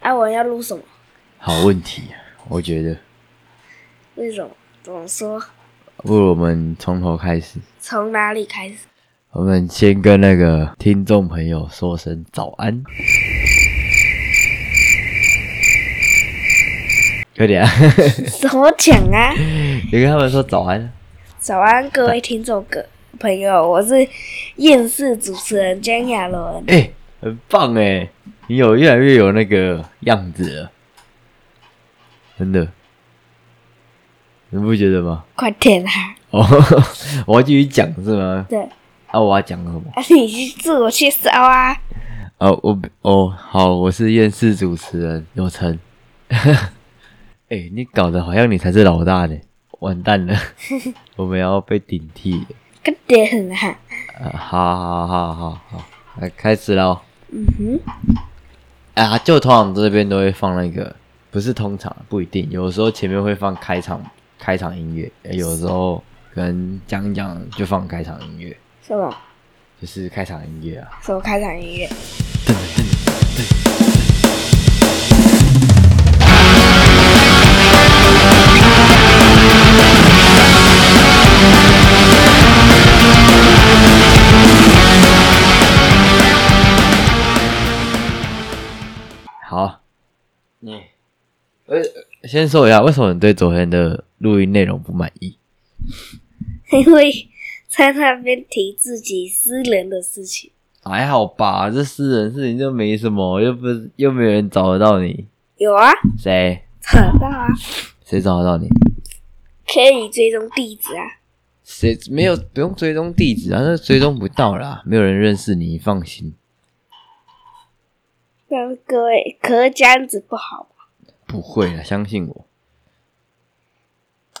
哎，我要录什么？好问题，我觉得，为什么？怎么说？不如我们从头开始。从哪里开始？我们先跟那个听众朋友说声早安。快点、啊， 怎么讲啊？ 你跟他们说早安。早安，各位听众哥朋友，我是厌世主持人江亚伦。哎、很棒哎、你有越来越有那个样子了，真的，你不觉得吗？快点啊！哦， 我要继续讲是吗？对，啊，我要讲什么？啊，你去自我介绍啊。哦，我哦，好，我是厌世主持人有成。 哎、你搞得好像你才是老大呢，完 蛋了，我们要被顶替了。快点啊！啊，好好好好好，来开始喽。嗯哼，啊，就通常这边都会放那个，不是通常不一定，有时候前面会放开场开场音乐，呃有时候可能讲一讲就放开场音乐，什么？就是开场音乐啊。什么开场音乐？ 好，你、呃，先说一下为什么你对昨天的录音内容不满意？因为在那边提自己私人的事情，还好吧，这私人事情就没什么，又不是又没有人找得到你，有啊，谁扯到啊，谁找得到你？可以追踪地址啊。谁没有不用追踪地址啊？那追踪不到啦，没有人认识你，你放心。那各位，可是这样子不好吧？不会啦，相信我。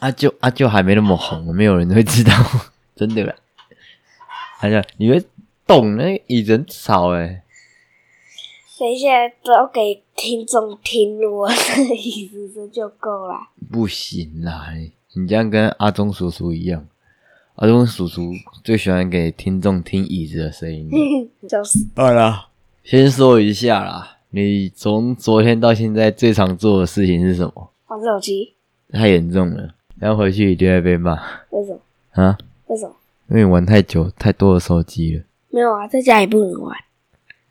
啊阿舅阿舅还没那么红，没有人会知道， 真的啦。 阿舅，你会动那个椅子很吵哎、等一下都给听众听我的意思，这就够了。不行啦，你你这样跟阿忠叔叔一样。阿忠叔叔最喜欢给听众听椅子的声音。就是 好啦，先说一下啦，你从昨天到现在最常做的事情是什么？玩手机，太严重了，然后回去一定会被骂为什么？啊！为什么？因为你玩太久，太多的手机了。没有啊，在家也不能玩。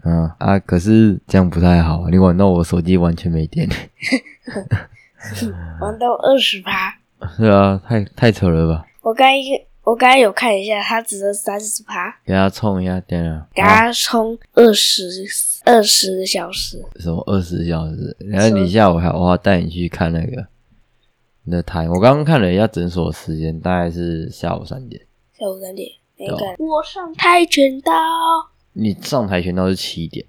啊啊！可是这样不太好，啊你玩到我手机完全没电， 玩到二十趴。是啊，太太扯了吧？我刚一个，我刚刚有看一下，它只剩三十趴，给他冲一下电啊！给它充二十二十个小时。什么二十小时？然后你下午还我要带你去看那个你的台。我刚刚看了一下诊所时间，大概是下午三点。下午三点，你看我上跆拳道。你上台拳道是七点，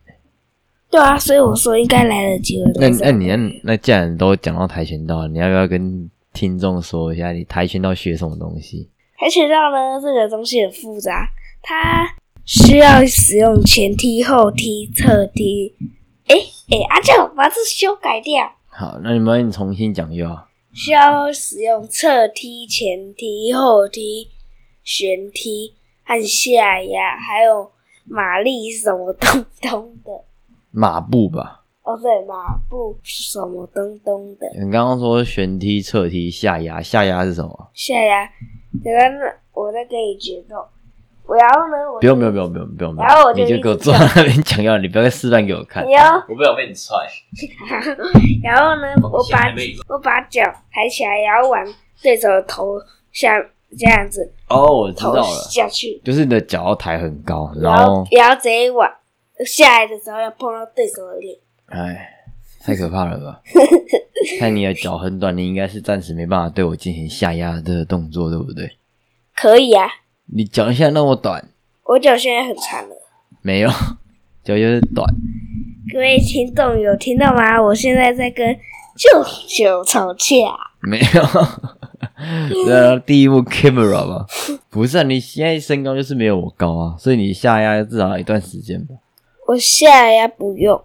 对啊，所以我说应该来得及了。那但是那你那那既然都讲到跆拳道，你要不要跟听众说一下你跆拳道学什么东西？跆拳道呢，这个东西很复杂，它需要使用前踢、后踢、侧踢。哎哎，阿舅把这修改掉，好，那你们重新讲就好。需要使用侧踢、前踢、后踢、旋踢和下压，还有马力什么东东的。马步吧，哦，对，马步什么东东的你刚刚说旋踢、侧踢、下压，下压是什么？下压。等下呢，我再跟你决斗。我然后呢，我不用不用不用不用不用，然后我就你就一直给我坐在那边讲要，你不要再示范给我看你，哦要我不想被你踹。然后呢，嗯我把我把脚抬起来，然后往对手的头下这样子哦，我知道头了，下去，就是你的脚要抬很高，然然后后然后直接往下来的时候要碰到对手的脸。哎，太可怕了吧？看你的脚很短，你应该是暂时没办法对我进行下压的这个动作，对不对？可以啊，你脚现在那么短，我脚现在很长了。没有脚就是短，各位听众有听到吗？我现在在跟舅舅吵架。没有。对啊，第一幕 camera 吧，不是啊，你现在身高就是没有我高啊，所以你下压至少要一段时间吧。我下来不用，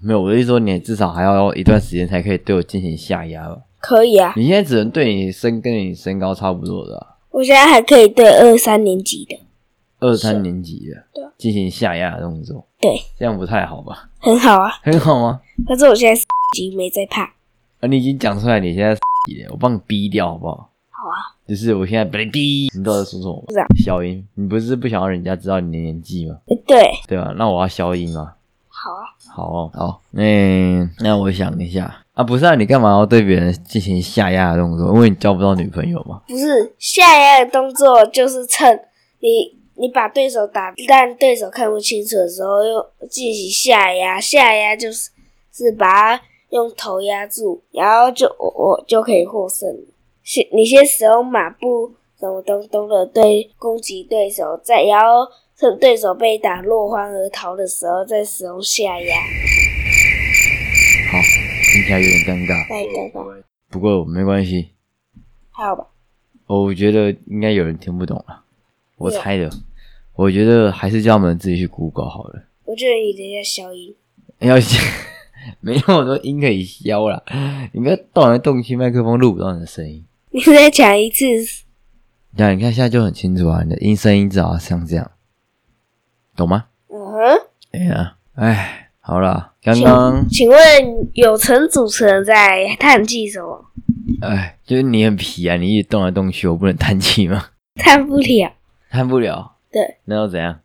没有，我的意思说，你至少还要一段时间才可以对我进行下压吧。可以啊。你现在只能对你身跟你身高差不多的啊、我现在还可以对二三年级的，二三年级对的进行下压的动作，对，这样不太好吧？ 很好啊。很好吗？可是我现在是 及没在怕。啊，你已经讲出来，你现在 了，我帮你逼掉好不好？好啊，就是我现在把你逼，你知道我在说什么不知道吗？消音，你不是不想让人家知道你的年纪吗？诶对，对吧？那我要消音吗？好啊，好、哦、好，那、那我想一下啊，不是啊，你干嘛要对别人进行下压的动作？因为你交不到女朋友嘛。不是下压的动作就是趁你你把对手打让对手看不清楚的时候，又进行下压，下压就是是把它用头压住，然后就我我哦就可以获胜了。先你先使用马步什么东东的对攻击对手，再然后趁对手被打落荒而逃的时候，再使用下压。好，听起来有点尴尬，太尴尬，不过没关系，还好吧？我觉得应该有人听不懂了，我对啊猜的。我觉得还是叫他们自己去 Google 好了。 我觉得你等一下消音。要没有我说音可以消啦，你不要动来动去，麦克风录不到你的声音。你再讲一次，对啊，你看现在就很清楚啊，你的音声音至少要像这样，懂吗？嗯哼。哎呀，哎，好啦，刚请刚请问有成主持人在叹气什么？哎，就是你很皮啊，你一直动来动去，我不能 叹气吗？叹不了。叹不了，对，那又怎样？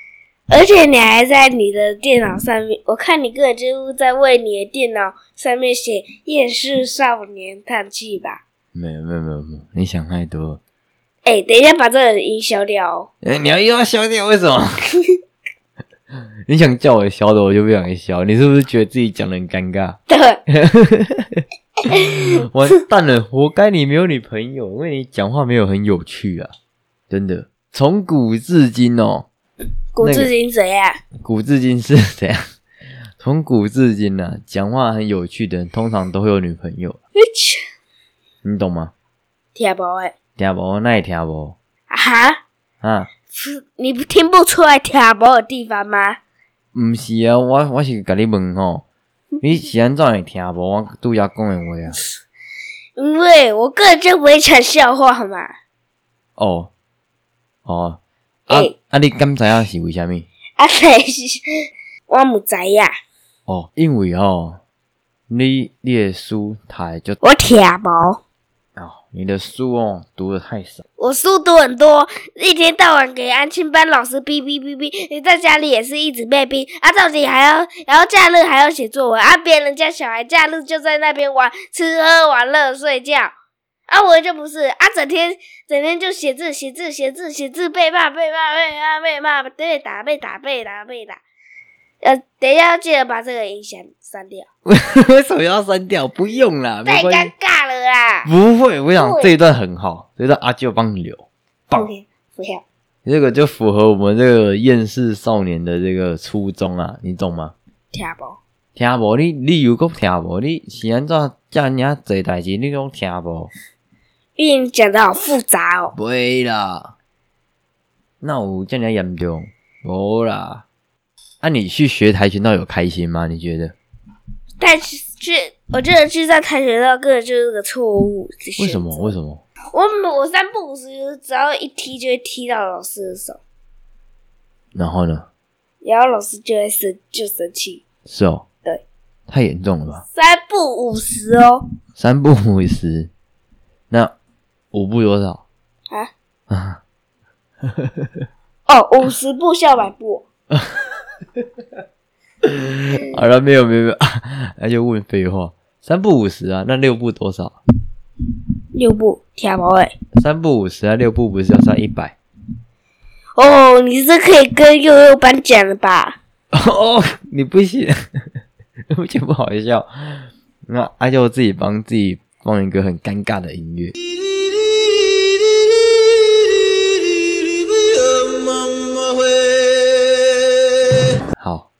而且你还在你的电脑上面，我看你根本就是在为你的电脑上面写“厌世少年”叹气吧。没有没有没有没有，你想太多了。哎，等一下把这个音消掉哦。哎、你要又要消掉，为什么？你想叫我消的，我就不想消。你是不是觉得自己讲的很尴尬？对，完蛋了，活该你没有女朋友，因为你讲话没有很有趣啊！真的，从古至今哦，古那至个今怎样？古至今是怎样？ 从古至今呢、啊，讲话很有趣的人，通常都会有女朋友，你懂吗？听不哎，听不？那也听不啊哈，啊？是你不听不出来听不的地方吗？唔是啊，我我是甲你问吼，你是安怎会听无我拄则讲的话啊？因为我个人就不会讲笑话嘛。哦，哦，啊、欸啊，你敢知影是为虾米？啊，但是我唔知呀，哦，因为哦，你你的书太就我听不。哦，你的书哦读的太少。 我书读很多，一天到晚给安亲班老师逼逼逼逼，你在家里也是一直被逼啊！到底还要，然后假日还要写作文啊！别人家小孩假日就在那边玩、吃喝玩乐、睡觉，啊，我就不是啊，整天整天就写字、写字、写字、写字，被骂、被骂、被骂、被骂，被打、被打、被打、被打。呃，等一下记得把这个音响删掉，为什么要删掉？不用啦，太没关尴系。尬了啦！不会，我想对这一段很好，这一段阿舅帮你留，棒不。要，不要，这个就符合我们这个厌世少年的这个初衷啊，你懂吗？听不？听无你，你又讲听无，你是安怎遮尔啊济代志，你讲听无？玉莹讲的好复杂哦。袂啦，那有遮尔严重？无啦。啊，你去学跆拳道有开心吗？你觉得？但是去，我觉得去上跆拳道根本就是个错误。为什么？？为什么？我每我三不五时，只要一踢就会踢到老师的手，然后呢？然后老师就会生就生气。是哦，对，太严重了吧？三不五时哦，三不五时，那五步多少？ 啊啊，哦，五十步笑百步，好了，没有没有没 有，那就问废话。三不五十啊，那六步多少？六步跳毛哎。三不五十啊，六步不是要算一百？哦，你这可以跟悠悠班讲了吧？哦，你不行， 我觉得不好笑。那阿娇自己帮自己放一个很尴尬的音乐。好，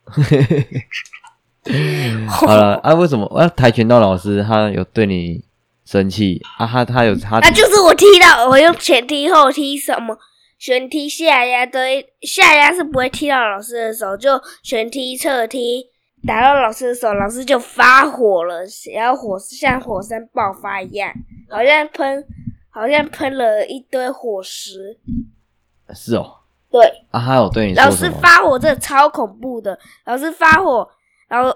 好 了啊，为什么？啊，跆拳道老师他有对你生气啊？他他有他那就是我踢到，我用前踢后踢什么旋踢下压都会下压是不会踢到老师的手，就旋踢侧踢打到老师的手，老师就发火了，然后火像火山爆发一样，好像喷好像喷了一堆火石。是哦对，啊，他有对你老说什师么？发火这超恐怖的，老师发火，然后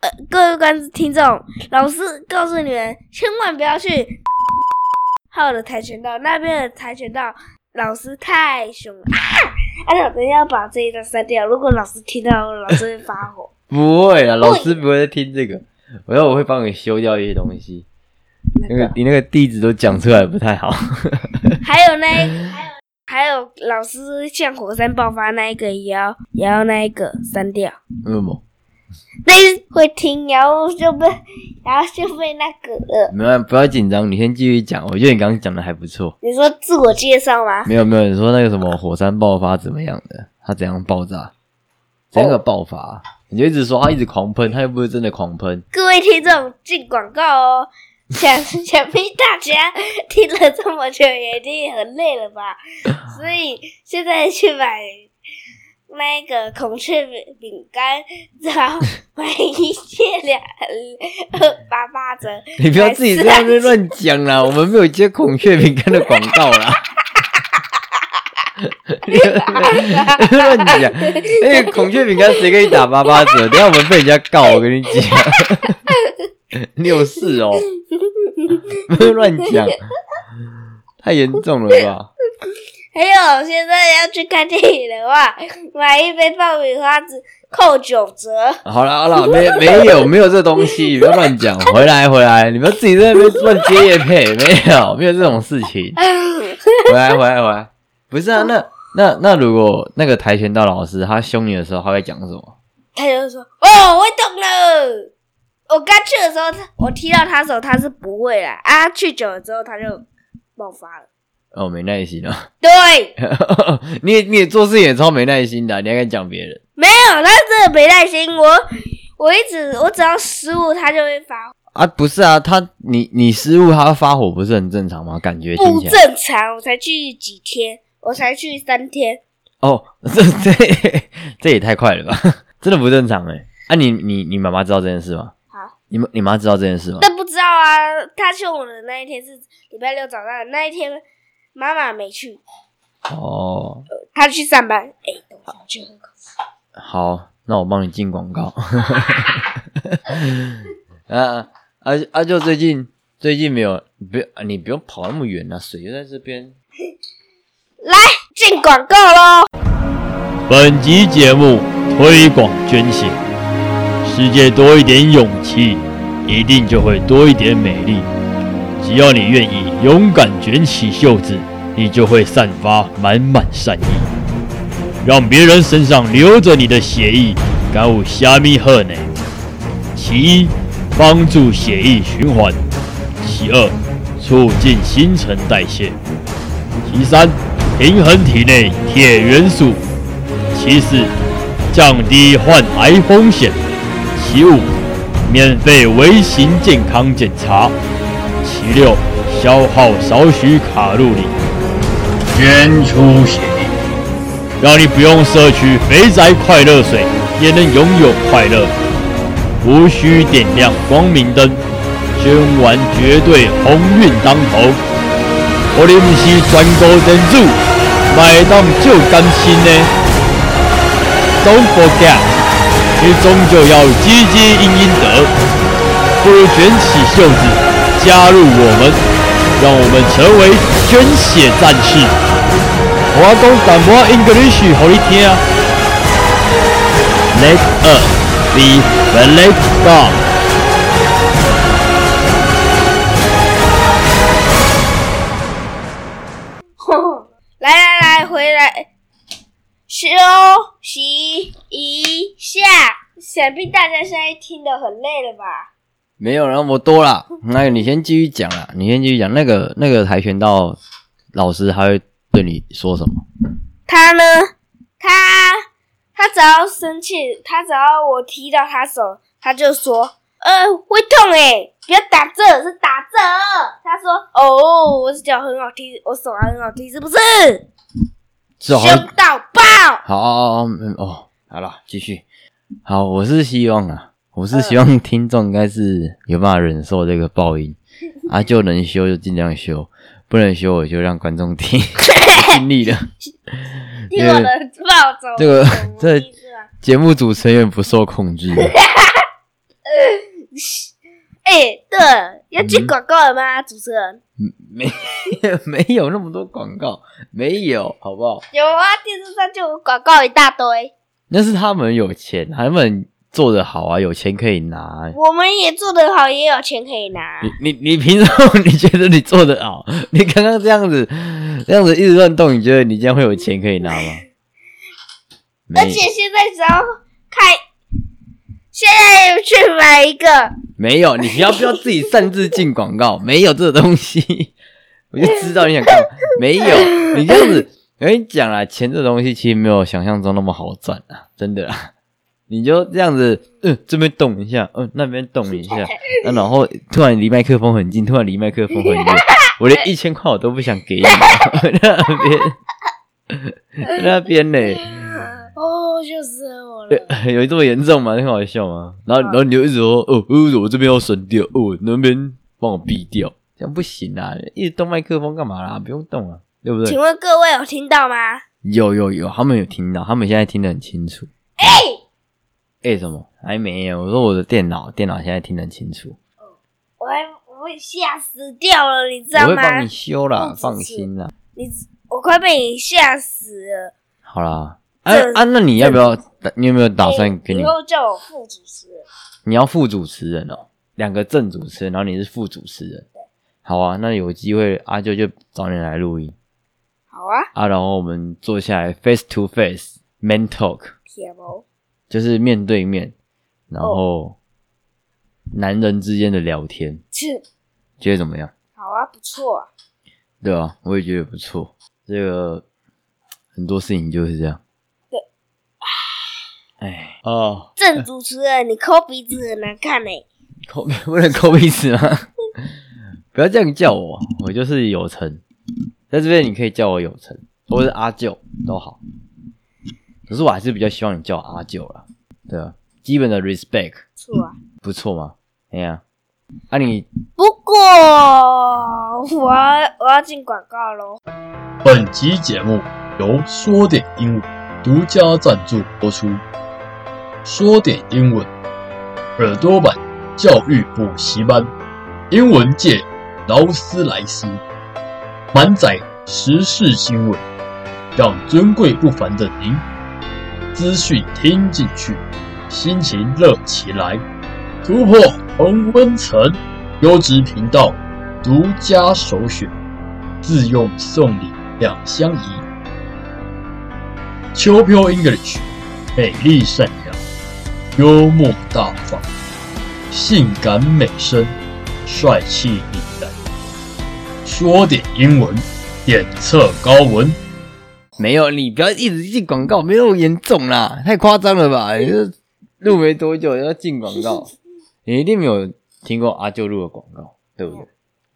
呃，各位观听众，老师告诉你们，千万不要去 号的跆拳道，那边的跆拳道老师太凶了啊！啊，我等一下要把这一段删掉，如果老师听到，老师会发火。不会啦，老师不会听这个。我要我会帮你修掉一些东西，那个你那个地址都讲出来不太好。还有那 一，还有还有老师像火山爆发那一个也要也要那一个删掉，为什么？那一会听，然后就被然后就被那个呃了。没有，不要紧张，你先继续讲。我觉得你刚刚讲的还不错。你说自我介绍吗？没有没有，你说那个什么火山爆发怎么样的？它怎样爆炸？怎样的爆发啊、你就一直说它一直狂喷，它又不是真的狂喷。各位听众进广告哦。想想必大家听了这么久，也一定很累了吧？所以现在去买那个孔雀饼饼干，然后买一件两二八八折。你不要自己在那边乱讲啦，我们没有接孔雀饼干的广告啦。 乱讲，哎、孔雀饼干谁给你打八八折？等一下我们被人家告，我跟你讲， 你有事哦？ 不要乱讲，太严重了吧？还有，现在要去看电影的话，买一杯爆米花只扣九折。好了好了，没没有没有这 东西，不要乱讲。回来回来，你不要自己在那边乱接叶配，没有没有这种事情。回来回来回来，不是啊，那那那如果那个跆拳道老师他凶你的时候，他会讲什么？他就说：“哦，我懂了。”我刚去的时候，他我踢到他的时候，他是不会啦。啊，去久了之后，他就爆发了。哦，没耐心啊！ 对，你也你也做事也超没耐心的啊、你还敢讲别人？没有，他真的没耐心。我我一直我只要失误，他就会发火，啊，不是啊，他你你失误，他发火不是很正常吗？感觉听不起来正常。我才去几天，我才去三天。哦， 这这这也太快了吧， 真的不正常哎、啊你，你你妈妈知道这件事吗？好，你妈你妈知道这件事吗？但不知道啊，他凶我的那一天是礼拜六早上，那一天妈妈没去，哦，他去上班。哎、等我一下我去喝口水。好，那我帮你进广告。 啊啊啊！就最近最近没有，不要你不用跑那么远啊，水就在这边。来进广告喽！本集节目推广捐血，世界多一点勇气，一定就会多一点美丽。只要你愿意勇敢卷起袖子，你就会散发满满善意，让别人身上流着你的血液，感悟虾米赫呢？其一，帮助血液循环；其二，促进新陈代谢；其三，平衡体内铁元素。其四，降低患癌风险；其五，免费微型健康检查；其六，消耗少许卡路里，捐出血液，让你不用摄取肥宅快乐水，也能拥有快乐，无需点亮光明灯，捐完绝对鸿运当头。我哋唔是全国人主，买当就甘心呢。Don't forget，你终究要积极应应得，不如卷起袖子加入我们，让我们成为捐血战士。我讲淡薄 English 给你听。Let us be very strong。来来来，回来休息一下。想必大家现在听得很累了吧？没有那么多啦，那你先继续讲啦，你先继续讲。那个那个跆拳道老师他会对你说什么？他呢？他他只要生气，他只要我踢到他手，他就说：“呃，会痛诶、不要打这，是打这。”他说：“哦，我脚很好踢，我手还很好踢，是不是？是凶啊好像到爆！”好好好嗯哦，好了，继续。好，我是希望啊，我是希望听众应该是有办法忍受这个爆音啊，就能修就尽量修，不能修我就让观众听，尽力了。听我 的暴走，呃这个我懂我的这意思啊节目主持人有点不受控制，哎、对了，要接广告了吗？主持人没没有那么多广告，没有，好不好？有啊，电视上就有广告一大堆。那是他们有钱，他们做的好啊，有钱可以拿。我们也做得好，也有钱可以拿。你你 你凭什么你觉得你做的好？ 你刚刚这样子这样子一直乱动，你觉得你这样会有钱可以拿吗？没而且现在只要看，现在去买一个，没有，你不要不要自己擅自进广告，没有这个东西， 我就知道你想干嘛。没有，你这样子，我跟你讲啦，钱这东西其实没有想象中那么好赚啊，真的啦。你就这样子，嗯，这边动一下，嗯，那边动一下，啊、然后突然离麦克风很近，突然离麦克风很远，我连一千块我都不想给你， 那边 那边嘞。哦，笑死我了。有 有这么严重吗？很好笑吗？然后，嗯然后你就一直说，哦，哦，我这边要删掉，哦，那边帮我闭掉，这样不行啊！一直动麦克风干嘛啦？不用动啊，对不请对？问各位有听到吗？有有有，他们有听到，他们现在听得很清楚。哎、哎、什么？还没有？我说我的电脑，电脑现在听得很清楚，我还我会吓死掉了，你知道我会吗帮你？修啦，哦放心啦。你我快被你吓死了。好啦，啊这啊，那你要不要？你有没有打算给哎你？以后叫我副主持人。你要副主持人哦，两个正主持人，然后你是副主持人。好啊，那有机会阿舅就找你来录音。好啊，啊，然后我们坐下来 face to face man talk，铁毛。就是面对面，然后男人之间的聊天，切觉得怎么样？好啊，不错啊、对啊，我也觉得不错。这个很多事情就是这样。对，哎，哦，正主持人，你抠鼻子很难看呢、抠 不能抠鼻子吗？ 不要这样叫我，我就是有成。在这边你可以叫我有成，或是阿舅都好。可是我还是比较希望你叫我阿舅啦，对啊，基本的 respect 不错啊。不错嘛。哎呀、啊，你不过我要我要进广告喽。本集节目由说点英文独家赞助播出。说点英文，耳朵版教育补习班，英文界劳斯莱斯，满载时事新闻，让尊贵不凡的您资讯听进去，心情热起来，突破同温层，优质频道独家首选。自用送礼两相宜。秋飘 English，美丽善良，幽默大方，性感美声，帅气凛然。说点英文，点测高文。没有，你不要一直进广告，没有那么严重啦，太夸张了吧？你这录没多久要进广告， 你一定没有听过阿舅录的广告，对不对？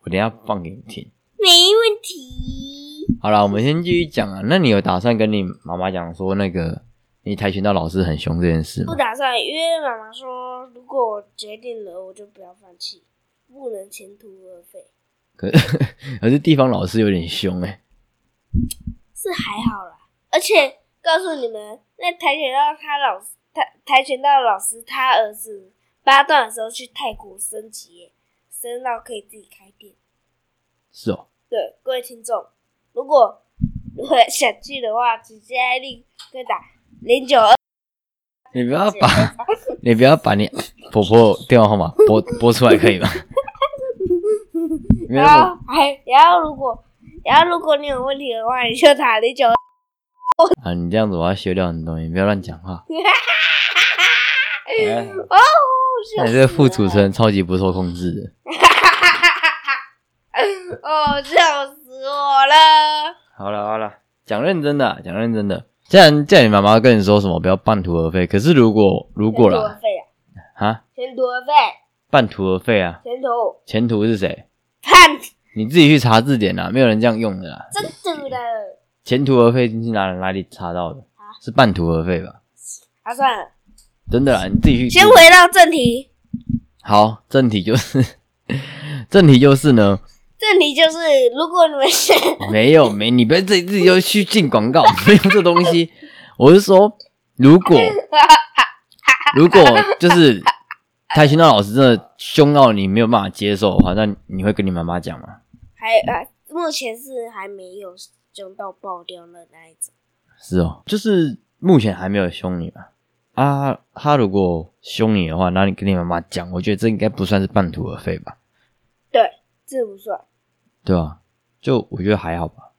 我等一下放给你听。没问题。好啦，我们先继续讲啊。那你有打算跟你妈妈讲说那个你跆拳道老师很凶这件事不吗？打算，因为妈妈说，如果我决定了，我就不要放弃，不能前途而废。可 可是地方老师有点凶哎、是还好啦，而且告诉你们，那跆拳道他老师，跆跆拳道老师他儿子八段的时候去泰国升级耶，升到可以自己开店。是哦，对，各位听众，如果如果想去的话，直接立刻打零九二。你不要 把你不要把你婆婆电话号码拨拨出来 可以吗？没有然后还哎然后如果然后如果你有问题的话，你就打零九哎二。啊，你这样子我要修掉你的东西，不要乱讲话。哎哦，笑那你死这个副主持人。人超级不受控制的。哦，笑死我了！好了好了，讲认真的啊、讲认真的。既然叫你妈妈跟你说什么不要半途而废，可是如果如果前途而啦废啊，啊，前途而废，半途而废啊，前途前途是谁？看你自己去查字典啊啦，没有人这样用的啦。真的的。前途而废你是哪哪里查到的？是半途而废吧？啊，算了，真的啦，你自己去。先回到正题，好，正题就是， 正题就是呢，正题就是如果你们是没有没，你不要自己自己又去进广告， 没有这东西。我是说，如果如果就是跆拳道老师真的凶到你没有办法接受的话，那你会跟你妈妈讲吗？还啊，目前是还没有凶到爆掉的那一种。是哦，就是目前还没有凶你嘛。啊，他如果凶你的话，那你跟你妈妈讲，我觉得这应该不算是半途而废吧，对，这不算。对吧、就我觉得还好吧，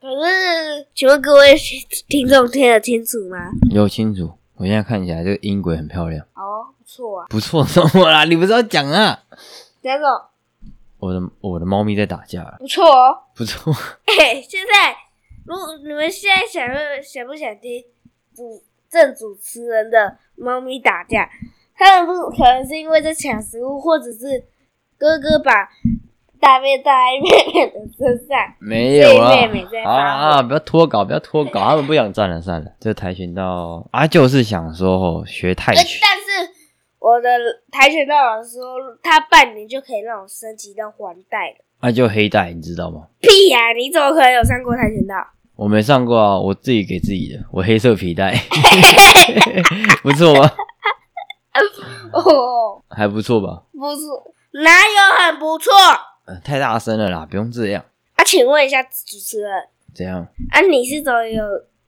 可是，请问各位听众听得清楚吗？有清楚。我现在看起来这个音轨很漂亮，哦，不错啊，不错，什么啦？ 你不是要讲啊？贾总我的我的猫咪在打架了，不错哦。 不错。哎、现在如果你们现在想不想不想听主正主持人的猫咪打架？他们不可能是因为在抢食物，或者是哥哥把大便带在妹妹的身上。没有啊妹妹在，好发火啊好啊，不要脱稿，不要 脱稿，他们不想站了，算了。这跆拳道啊，就是想说哦，学泰呃拳，但是我的跆拳道老师说，他半年就可以让我升级到环带了。啊，就黑带，你知道吗？屁呀、你怎么可能有上过跆拳道？我没上过啊，我自己给自己的，我黑色皮带，不错吧？哦，还不错吧？不错，哪有很不错？呃太大声了啦，不用这样。啊，请问一下主持人，怎样？啊，你是怎么有，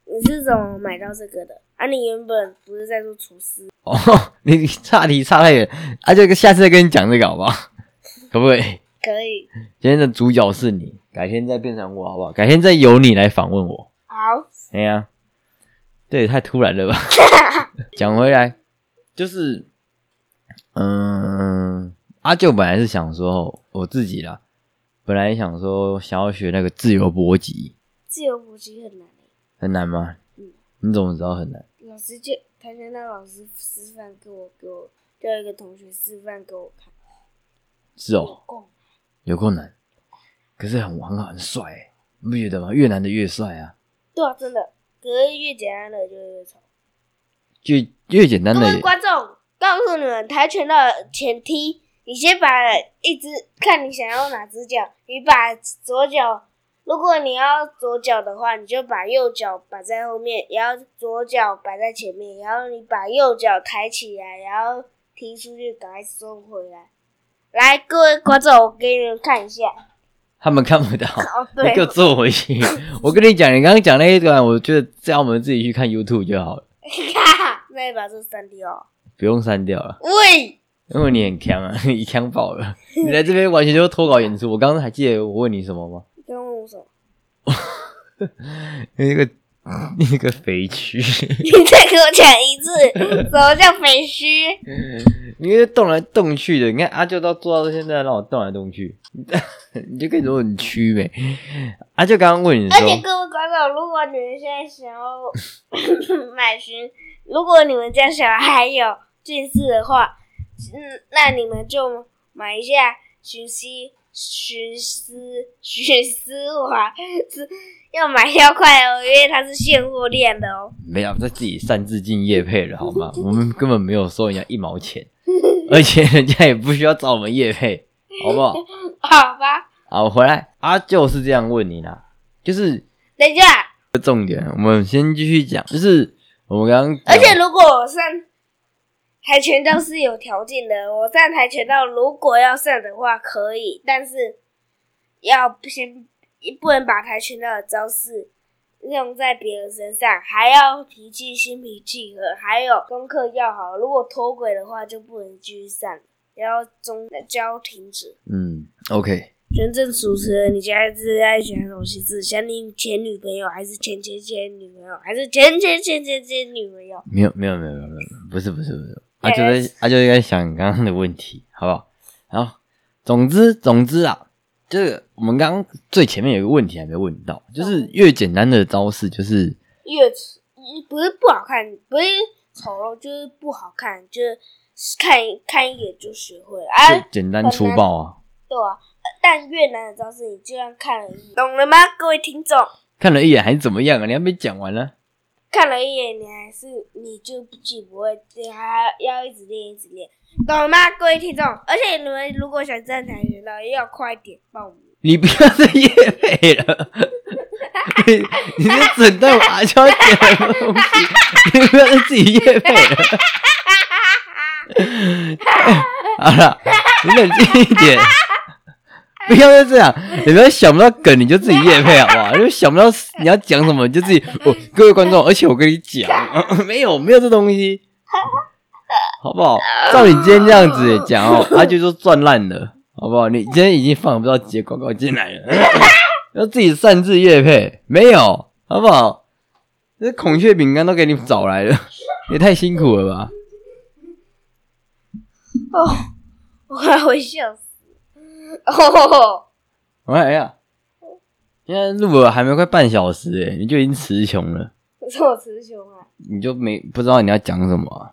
你是怎么买到这个的？啊，你原本不是在做厨师？哦， 你你岔题岔太远，啊，这个下次再跟你讲这个好不好？可不可以？可以，今天的主角是你，改天再变成我好不好？改天再由你来访问我。好，哎呀，这也太突然了吧！讲回来，就是，嗯，阿舅本来是想说我自己啦，本来想说想要学那个自由搏击，自由搏击很难欸很难吗？嗯你怎么知道很难？老师就跆拳道老师示范给我，给我叫一个同学示范给我看，是有哦，够有够难，可是很很好，很帅、欸，你不觉得吗？越难的越帅啊，对啊，真的，可是越简单的就越丑。就越简单各的位也观众，告诉你们，跆拳道的前踢，你先把一只看你想要哪只脚，你把左脚，如果你要左脚的话，你就把右脚摆在后面，然后左脚摆在前面，然后你把右脚抬起来，然后踢出去，赶快收回来。来，各位观众，我给你们看一下。 他们看不到。哦，你对给，我坐回去！我跟你讲，你刚刚讲那一段，我觉得叫我们自己去看 YouTube 就好了。那一把是三 D 哦。不用删掉了，喂，因为你很强啊， 你强爆 了，你来这边完全就是脱稿演出。我刚刚还记得我问你什么吗？你刚问我什么？ 那个 那个肥 区，你再给我讲一次，什么叫肥墟？你那动来动去的，你看阿舅到做到现在让我动来动去， 你就可以说我很虚呗。阿舅刚刚问你而且说，各位观众，如果你们现在想要买寻，如果你们家小孩有近视的话，嗯，那你们就买一下寻西、寻思、寻思华，是 要买要快哦，因为它是现货店的哦。没有，在自己擅自进业配了好吗？我们根本没有收人家一毛钱，而且人家也不需要找我们业配，好不好？好吧，好，我回来，阿舅是这样问你啦，就是。等一下，啊重点，我们先继续讲，就是我们刚刚讲，而且如果我上跆拳道是有条件的，我上跆拳道如果要上的话可以，但是要先不能把跆拳道的招式用在别人身上，还要脾气心平气和，还有功课要好。如果脱轨的话就不能继续上，要中就要停止。嗯，OK，全正主持人，你现在是在选什么形式？想你前女朋友，还是前前前女朋友，还是前前前前前女朋友？没有没有没有没有没有，不是不是不是，阿对舅在阿舅应该想刚刚的问题，好不好？然后，总之总之啊，就是我们刚刚最前面有一个问题还没问到，嗯就是越简单的招式，就是越丑不是不好看，不是丑陋，就是不好看，就是看一看一眼就学会了啊，最简单粗暴啊。对啊。呃但越南的招式，你就算看了一眼，懂了吗，各位听众？看了一眼还是怎么样啊？你还没讲完呢、看了一眼，你还是你就不记不会，你还要一直练，一直练，懂了吗，各位听众？而且你们如果想站台学到，要快一点报名。 你不要再夜配了，你你是整段我阿娇讲的东西，你不要再自己夜配了。好了，你冷静一点，不要再这样。你不要想不到梗你就自己夜配好不好？就想不到你要讲什么你就自己。我、各位观众，而且我跟你讲，没有没有这东西，好不哦好？照你今天这样子讲哦，他就说赚烂了，好不好？你今天已经放不到几个广告进来了， 要自己擅自夜配，没有，好不好？这孔雀饼干都给你找 来了，也太辛苦了吧？哦，我快会笑死。哦，喂，哎呀，现在录了还没快半小时哎，你就已经词穷了，可是我词穷啊， 你就没不知道你要讲什么、啊，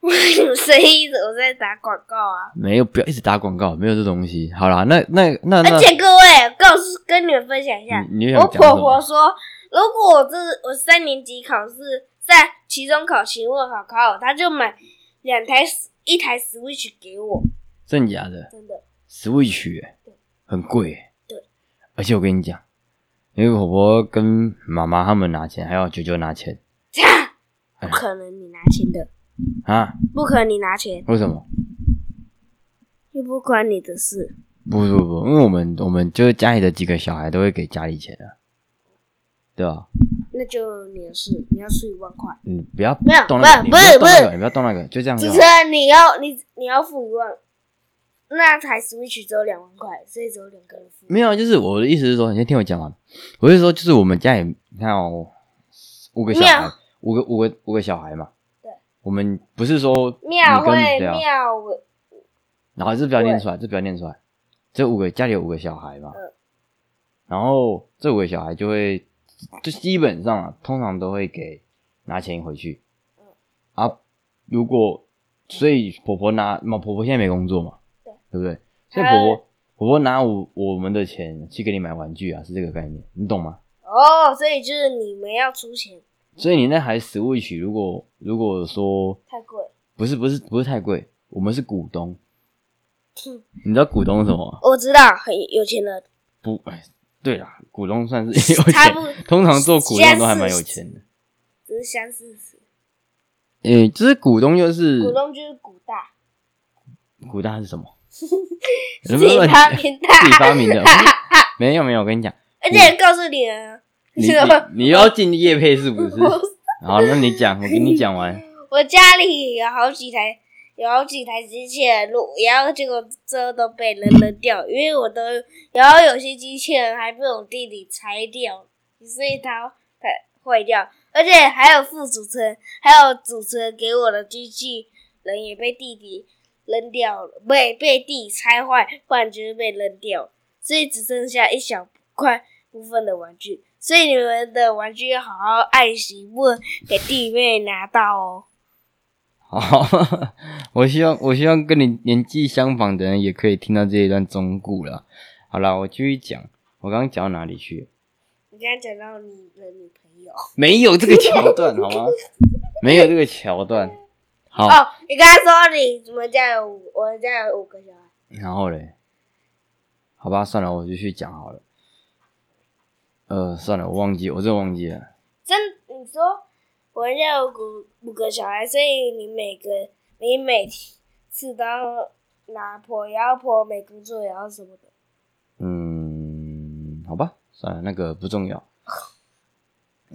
我有声音我在打广告啊。没有，不要一直打广告，没有这东西。好啦，那那那那而，且各位，告诉跟嗯你们分享一下，你你想我讲什婆婆么？说，如果我这我三年级考试在期中考、期末考考好，她就买两台一台 Switch 给我，真的假的真的。 ？Switch 哎对很贵哎，对，而且我跟你讲，因为婆婆跟妈妈他们拿钱，还有舅舅拿钱哎不可能你拿钱的，啊？不可能你拿钱，为什么？又不关你的事。不不不，因为我们我们就是家里的几个小孩都会给家里钱啊，对吧、那就你的事，你要输一万块。你不要没有动那个，你不不是要动那不个，你不要动那个，就这样只就是好。你要你你要付一万，那台 Switch 只有两万块，所以只有两个人付。没有，就是我的意思是说，你先听我讲完。我是说，就是我们家里，你看哦，五个小没孩有，五个五个五个小孩嘛。对。我们不是说庙你跟会对啊庙会，然后这不要念出来，这不要念出来。这五个家里有五个小孩嘛，嗯然后这五个小孩就会，就基本上啊，通常都会给拿钱回去。嗯啊，如果所以婆婆拿，嘛婆婆现在没工作嘛，对对不对？所以她婆婆婆婆拿我我们的钱去给你买玩具啊，是这个概念，你懂吗？哦，所以就是你们要出钱，所以你那台 Switch 如果如果说太贵。 不是不是不是太贵，我们是股东，哼你知道股东是什么吗？我知道，很有钱人，不，哎，对啦，股东算 是 有差不多钱，通常做股东都还蛮有钱的。只是相似词。诶、就是股东就是股东就是股大，股大是什 么？自能不能己乱发讲明自己发大，明的？没有没有，我跟你讲， 而且告诉 你啊，你这个你你要进业配是 不是？我好，那你讲，我跟你讲完。我家里有好几台，有好几台机器人，如然后结果最后都被人扔掉，因为我都，然后有些机器人还被我弟弟拆掉，所以它它坏掉，而且还有副主持人，还有主持人给我的机器人也被弟弟扔掉了，被被弟拆坏，不然就是被扔掉了，所以只剩下一小块部分的玩具。所以你们的玩具要好好爱惜，不能给弟妹拿到哦。好， 我希望我希望跟你年纪相仿的人也可以听到这一段忠告啦。好啦，我继续讲，我刚刚讲到哪里去了？你刚才讲到你的女朋友没有这个桥段好吗？没有这个桥段。好，哦，你刚才说你怎么家有五，我们家有五个小孩，然后嘞，好吧，算了，我就去讲好了。呃，算了，我忘记，我真的忘记了。真你说我们家有五五个小孩，所以你每个你每次都要拿婆，然后婆没工作，然后什么的。嗯，好吧，算了，那个不重要。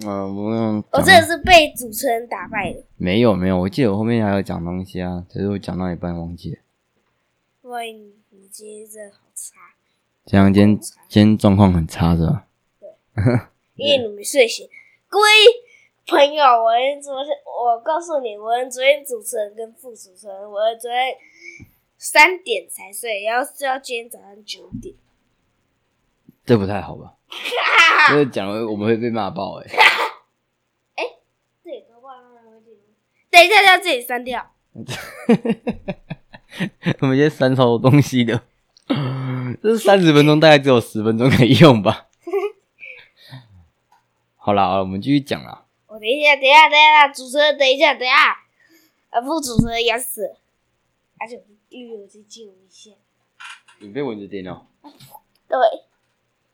嗯、呃，我用我讲真的哦是被主持人打败的，没有没有，我记得我后面还有讲东西啊，只是我讲到一半忘记了。因为你你今天真的好差，这样今天今天状况很差是吧？因为你没睡醒。各位朋友，我们昨天我告诉你，我们昨天主持人跟副主持人，我们昨天三点才睡，然后睡到今天早上九点。这不太好吧？这个讲了我们会被骂爆哎、这也都忘了我点。等一下，要自己删掉。 我们今天删超多东西的， 这三十分钟大概只有十分钟可以用吧。 好啦，好啦我们继续讲啦。我等一下，等一下，等一下，主持人，等一下，等一下，啊，副主持人也死了，而且绿我去救一下。你被蚊子叮了？对，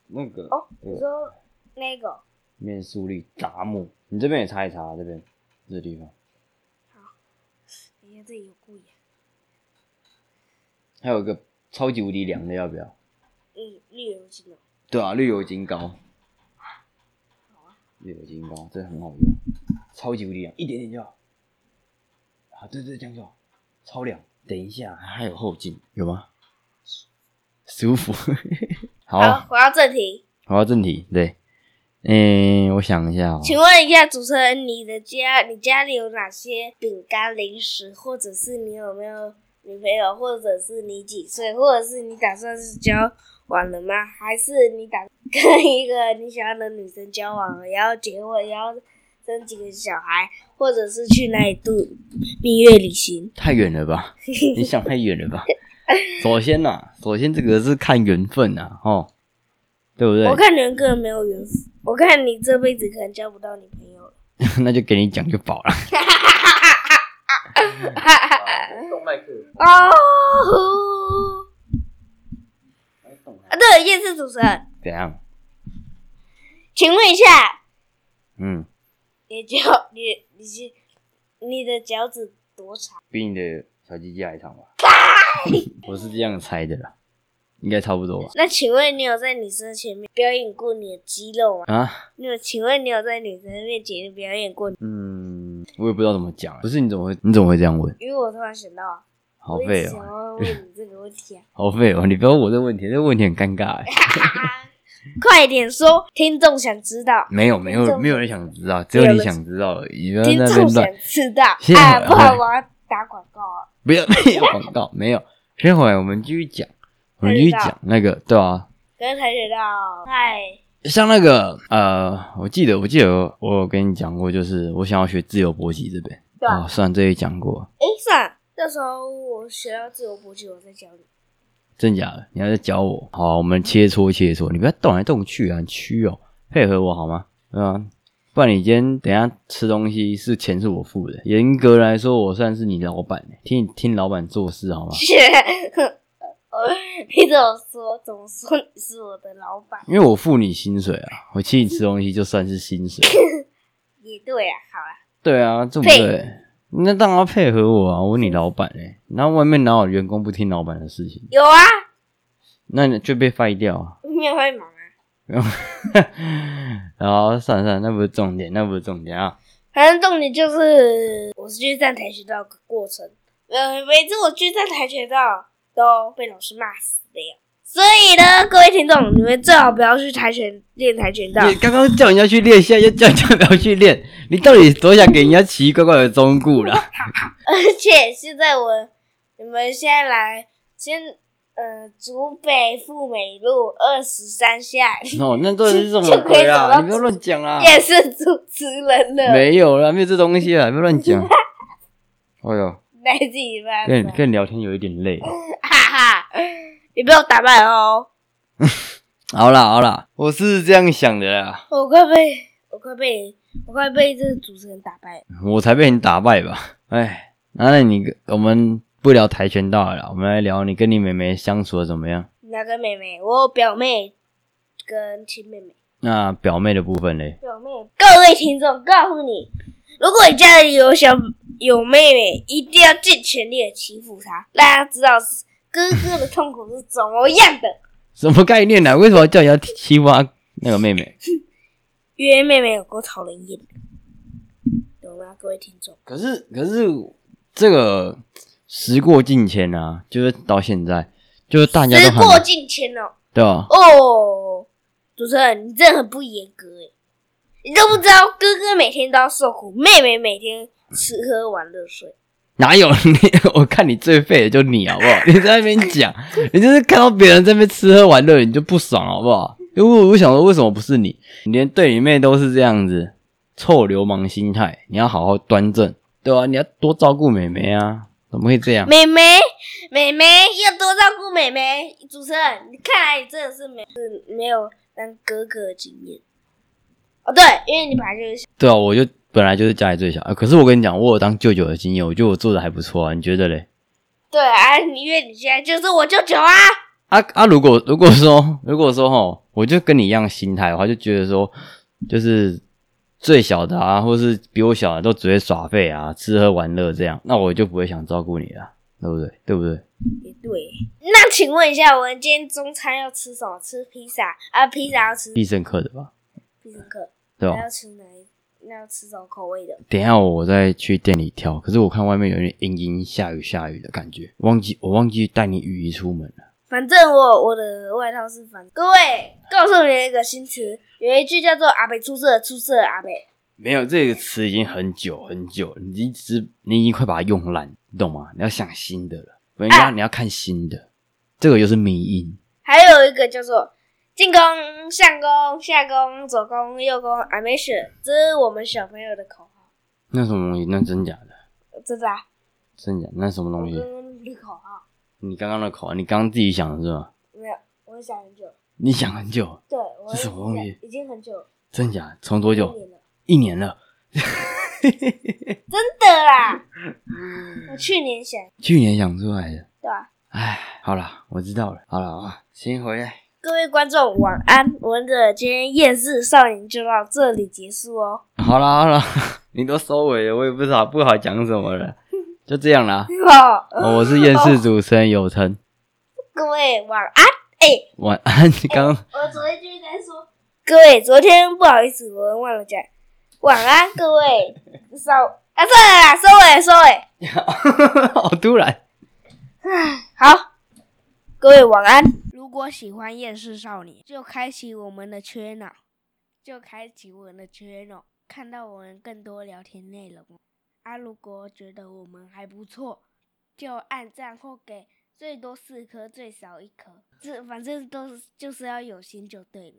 那个哦你说那个面速力达木，你这边也擦一擦、这边这个地方。觉得自己有故意、啊。还有一个超级无敌凉的，要不要？嗯，绿油精哦，对啊，绿油精膏。绿油精膏真的很好用，超级无敌凉，一点点就好。啊，对对，这样就好，超凉。等一下，还有后劲，有吗？舒服。 好，好，回到正题，回到正题，对，嗯，我想一下哦，请问一下主持人，你的家，你家里有哪些饼干、零食，或者是你有没有女朋友，或者是你几岁，或者是你打算是交往了吗？还是你打跟一个你想要的女生交往，然后结婚，然后生几个小孩，或者是去哪里度蜜月旅行？太远了 吧？你想太远了吧？首先呐、首先这个是看缘分呐、哦，对不对我？看你们个人没有缘分，我看你这辈子可能交不到女朋友了。 那就给你讲就饱了。动麦克，哦，啊，对，夜市主持人，怎样？请问一下，嗯，你脚你你是你的脚趾多长？比你的小鸡鸡还长 吧？我是这样猜的啦，应该差不多吧？那请问你有在女生前面表演过你的肌肉吗？啊，你有？请问你有在女生面前表演过你？嗯，我也不知道怎么讲。不是你怎么会你怎么会这样问？因为我突然想到啊，好我一废直哦、想要问你这个问题啊， 好废哦、你不要问我这个问题，这个问题很尴尬哎、啊快点说，听众想知道，没有没有没有人想知道，只有你想知道而已。不要在听那众边想乱，知道谢谢啊，不然我要打广告啊。不要 没有广告，没有。先回来，我们继续讲，我们继续讲那个，对啊，刚才学到，嗨，像那个呃，我记得我记得我我有跟你讲过，就是我想要学自由搏击这边。对啊啊，虽然这也讲过，哎，算了，那时候我学到自由搏击，我再教你。真假的？你还在教我？好啊，我们切磋切磋，你不要动来动去啊，很虚哦，配合我好吗？对啊，不然你今天等一下吃东西是钱是我付的，严格来说我算是你老板，欸听听老板做事好吗？ 你怎么说？怎么说你是我的老板？因为我付你薪水啊，我请你吃东西就算是薪水。也对啊，好啦，对啊，这不配对，那当然要配合我啊，我是你老板哎、那外面哪有员工不听老板的事情？有啊，那你就被 fire 掉啊。 你也会忙啊。然后算了算了，那不是重点，那不是重点啊。反正重点就是，我是去站台学到的过程。呃，每次我去站台学到，都被老师骂死的呀。所以呢，各位听众，你们最好不要去跆拳练跆拳道。你刚刚叫人家去练，现在又叫人家不要去练，你到底多想给人家奇奇怪怪的忠告啦？而且现在我，你们现在来先，呃，竹北富美路二十三下，哦，那到底是什么鬼啊？你不要乱讲 啦！也是主持人了，没有啦，没有这东西啊啦，不要乱讲。哎呦，来自己班跟的，跟你聊天有一点累。哈哈，你被我打败了哦，好啦好啦，我是这样想的啦，我快被，我快被，我快被这个主持人打败了。我才被你打败吧？哎，那你我们不聊跆拳道了啦，我们来聊你跟你妹妹相处的怎么样？哪个妹妹？我有表妹跟亲妹妹。那表妹的部分嘞？表妹，各位听众，告诉你，如果你家里有小有妹妹，一定要尽全力的欺负她，让她知道哥哥的痛苦是怎么样的。什么概念呢、啊为什么要叫人家欺负她那个妹妹？因为妹妹有够讨人厌的，懂吗？各位听众，可是可是这个时过境迁啊，就是到现在，就是大家时都过很境迁哦。对啊吧？哦，主持人，你真的很不严格诶，你都不知道哥哥每天都要受苦，妹妹每天吃喝玩乐睡。哪有你？ 我看你最废的就你好不好？你在那边讲，你就是看到别人在那边吃喝玩乐，你就不爽好不好？因为我想说，为什么不是你？你连对你妹都是这样子，臭流氓心态，你要好好端正，对吧、啊？你要多照顾妹妹啊，怎么会这样？妹妹，妹妹要多照顾妹妹。主持人，你看来你真的是没是没有当哥哥的经验。哦，对，因为你本来就是小对啊，我就本来就是家里最小、啊，可是我跟你讲，我有当舅舅的经验，我觉得我做的还不错啊，你觉得嘞？对啊，你因为你现在就是我舅舅啊。啊啊！如果如果说如果说吼，我就跟你一样心态的话，就觉得说，就是最小的啊，或是比我小的，都只会耍废啊，吃喝玩乐这样，那我就不会想照顾你了，对不对？对不对？也对。那请问一下，我们今天中餐要吃什么？吃披萨啊？披萨要吃必胜客的吧，必胜客，对吧那？要吃哪一？那要吃什么口味的？等一下我再去店里挑，可是我看外面有点阴阴下雨下雨的感觉，忘记我忘记带你雨衣出门了。反正我我的外套是反。各位，告诉你们一个新词，有一句叫做“阿北出色，出色阿北没有这个词已经很久很久，你一直你已经快把它用烂，你懂吗？你要想新的了，不然你要、啊你要看新的，这个又是迷音。”，还有一个叫做“进攻、上攻、下攻、左攻、右攻阿没事，这是我们小朋友的口号，那什么东西？那真假的？真的啊，真假？那什么我东刚西？刚的口号你刚刚的口，啊你刚刚自己想的是吗？没有，我想很久，你想很久，对，我这什么东西已经很久，真假？从多一久？年了，一年了，真的啦，我去年想，去年想出来的。对吧、唉，好啦，我知道了。好了啊，先回来。各位观众晚安，我们的今天厌世少年就到这里结束哦。 好啦好啦， 你都收尾了，我也不知道不好讲什么了，就这样啦。好，哦、我是厌世主持人有成，各位晚安。哎、晚安。刚 我昨天就在说，各位，昨天不好意思，我忘了讲，晚安，各位，收啊，算了啦，收尾，收尾，好突然，好，各位晚安。如果喜欢厌世少年，就开启我们的缺脑，就开启我们的缺脑，看到我们更多聊天内容。啊，如果觉得我们还不错，就按赞或给最多四颗，最少一颗，这反正都是就是要有心就对了。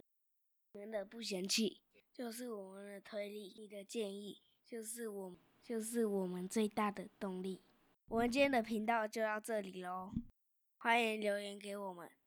你们的不嫌弃，就是我们的推力，你的建议就是我就是我们最大的动力。我们今天的频道就到这里喽，欢迎留言给我们，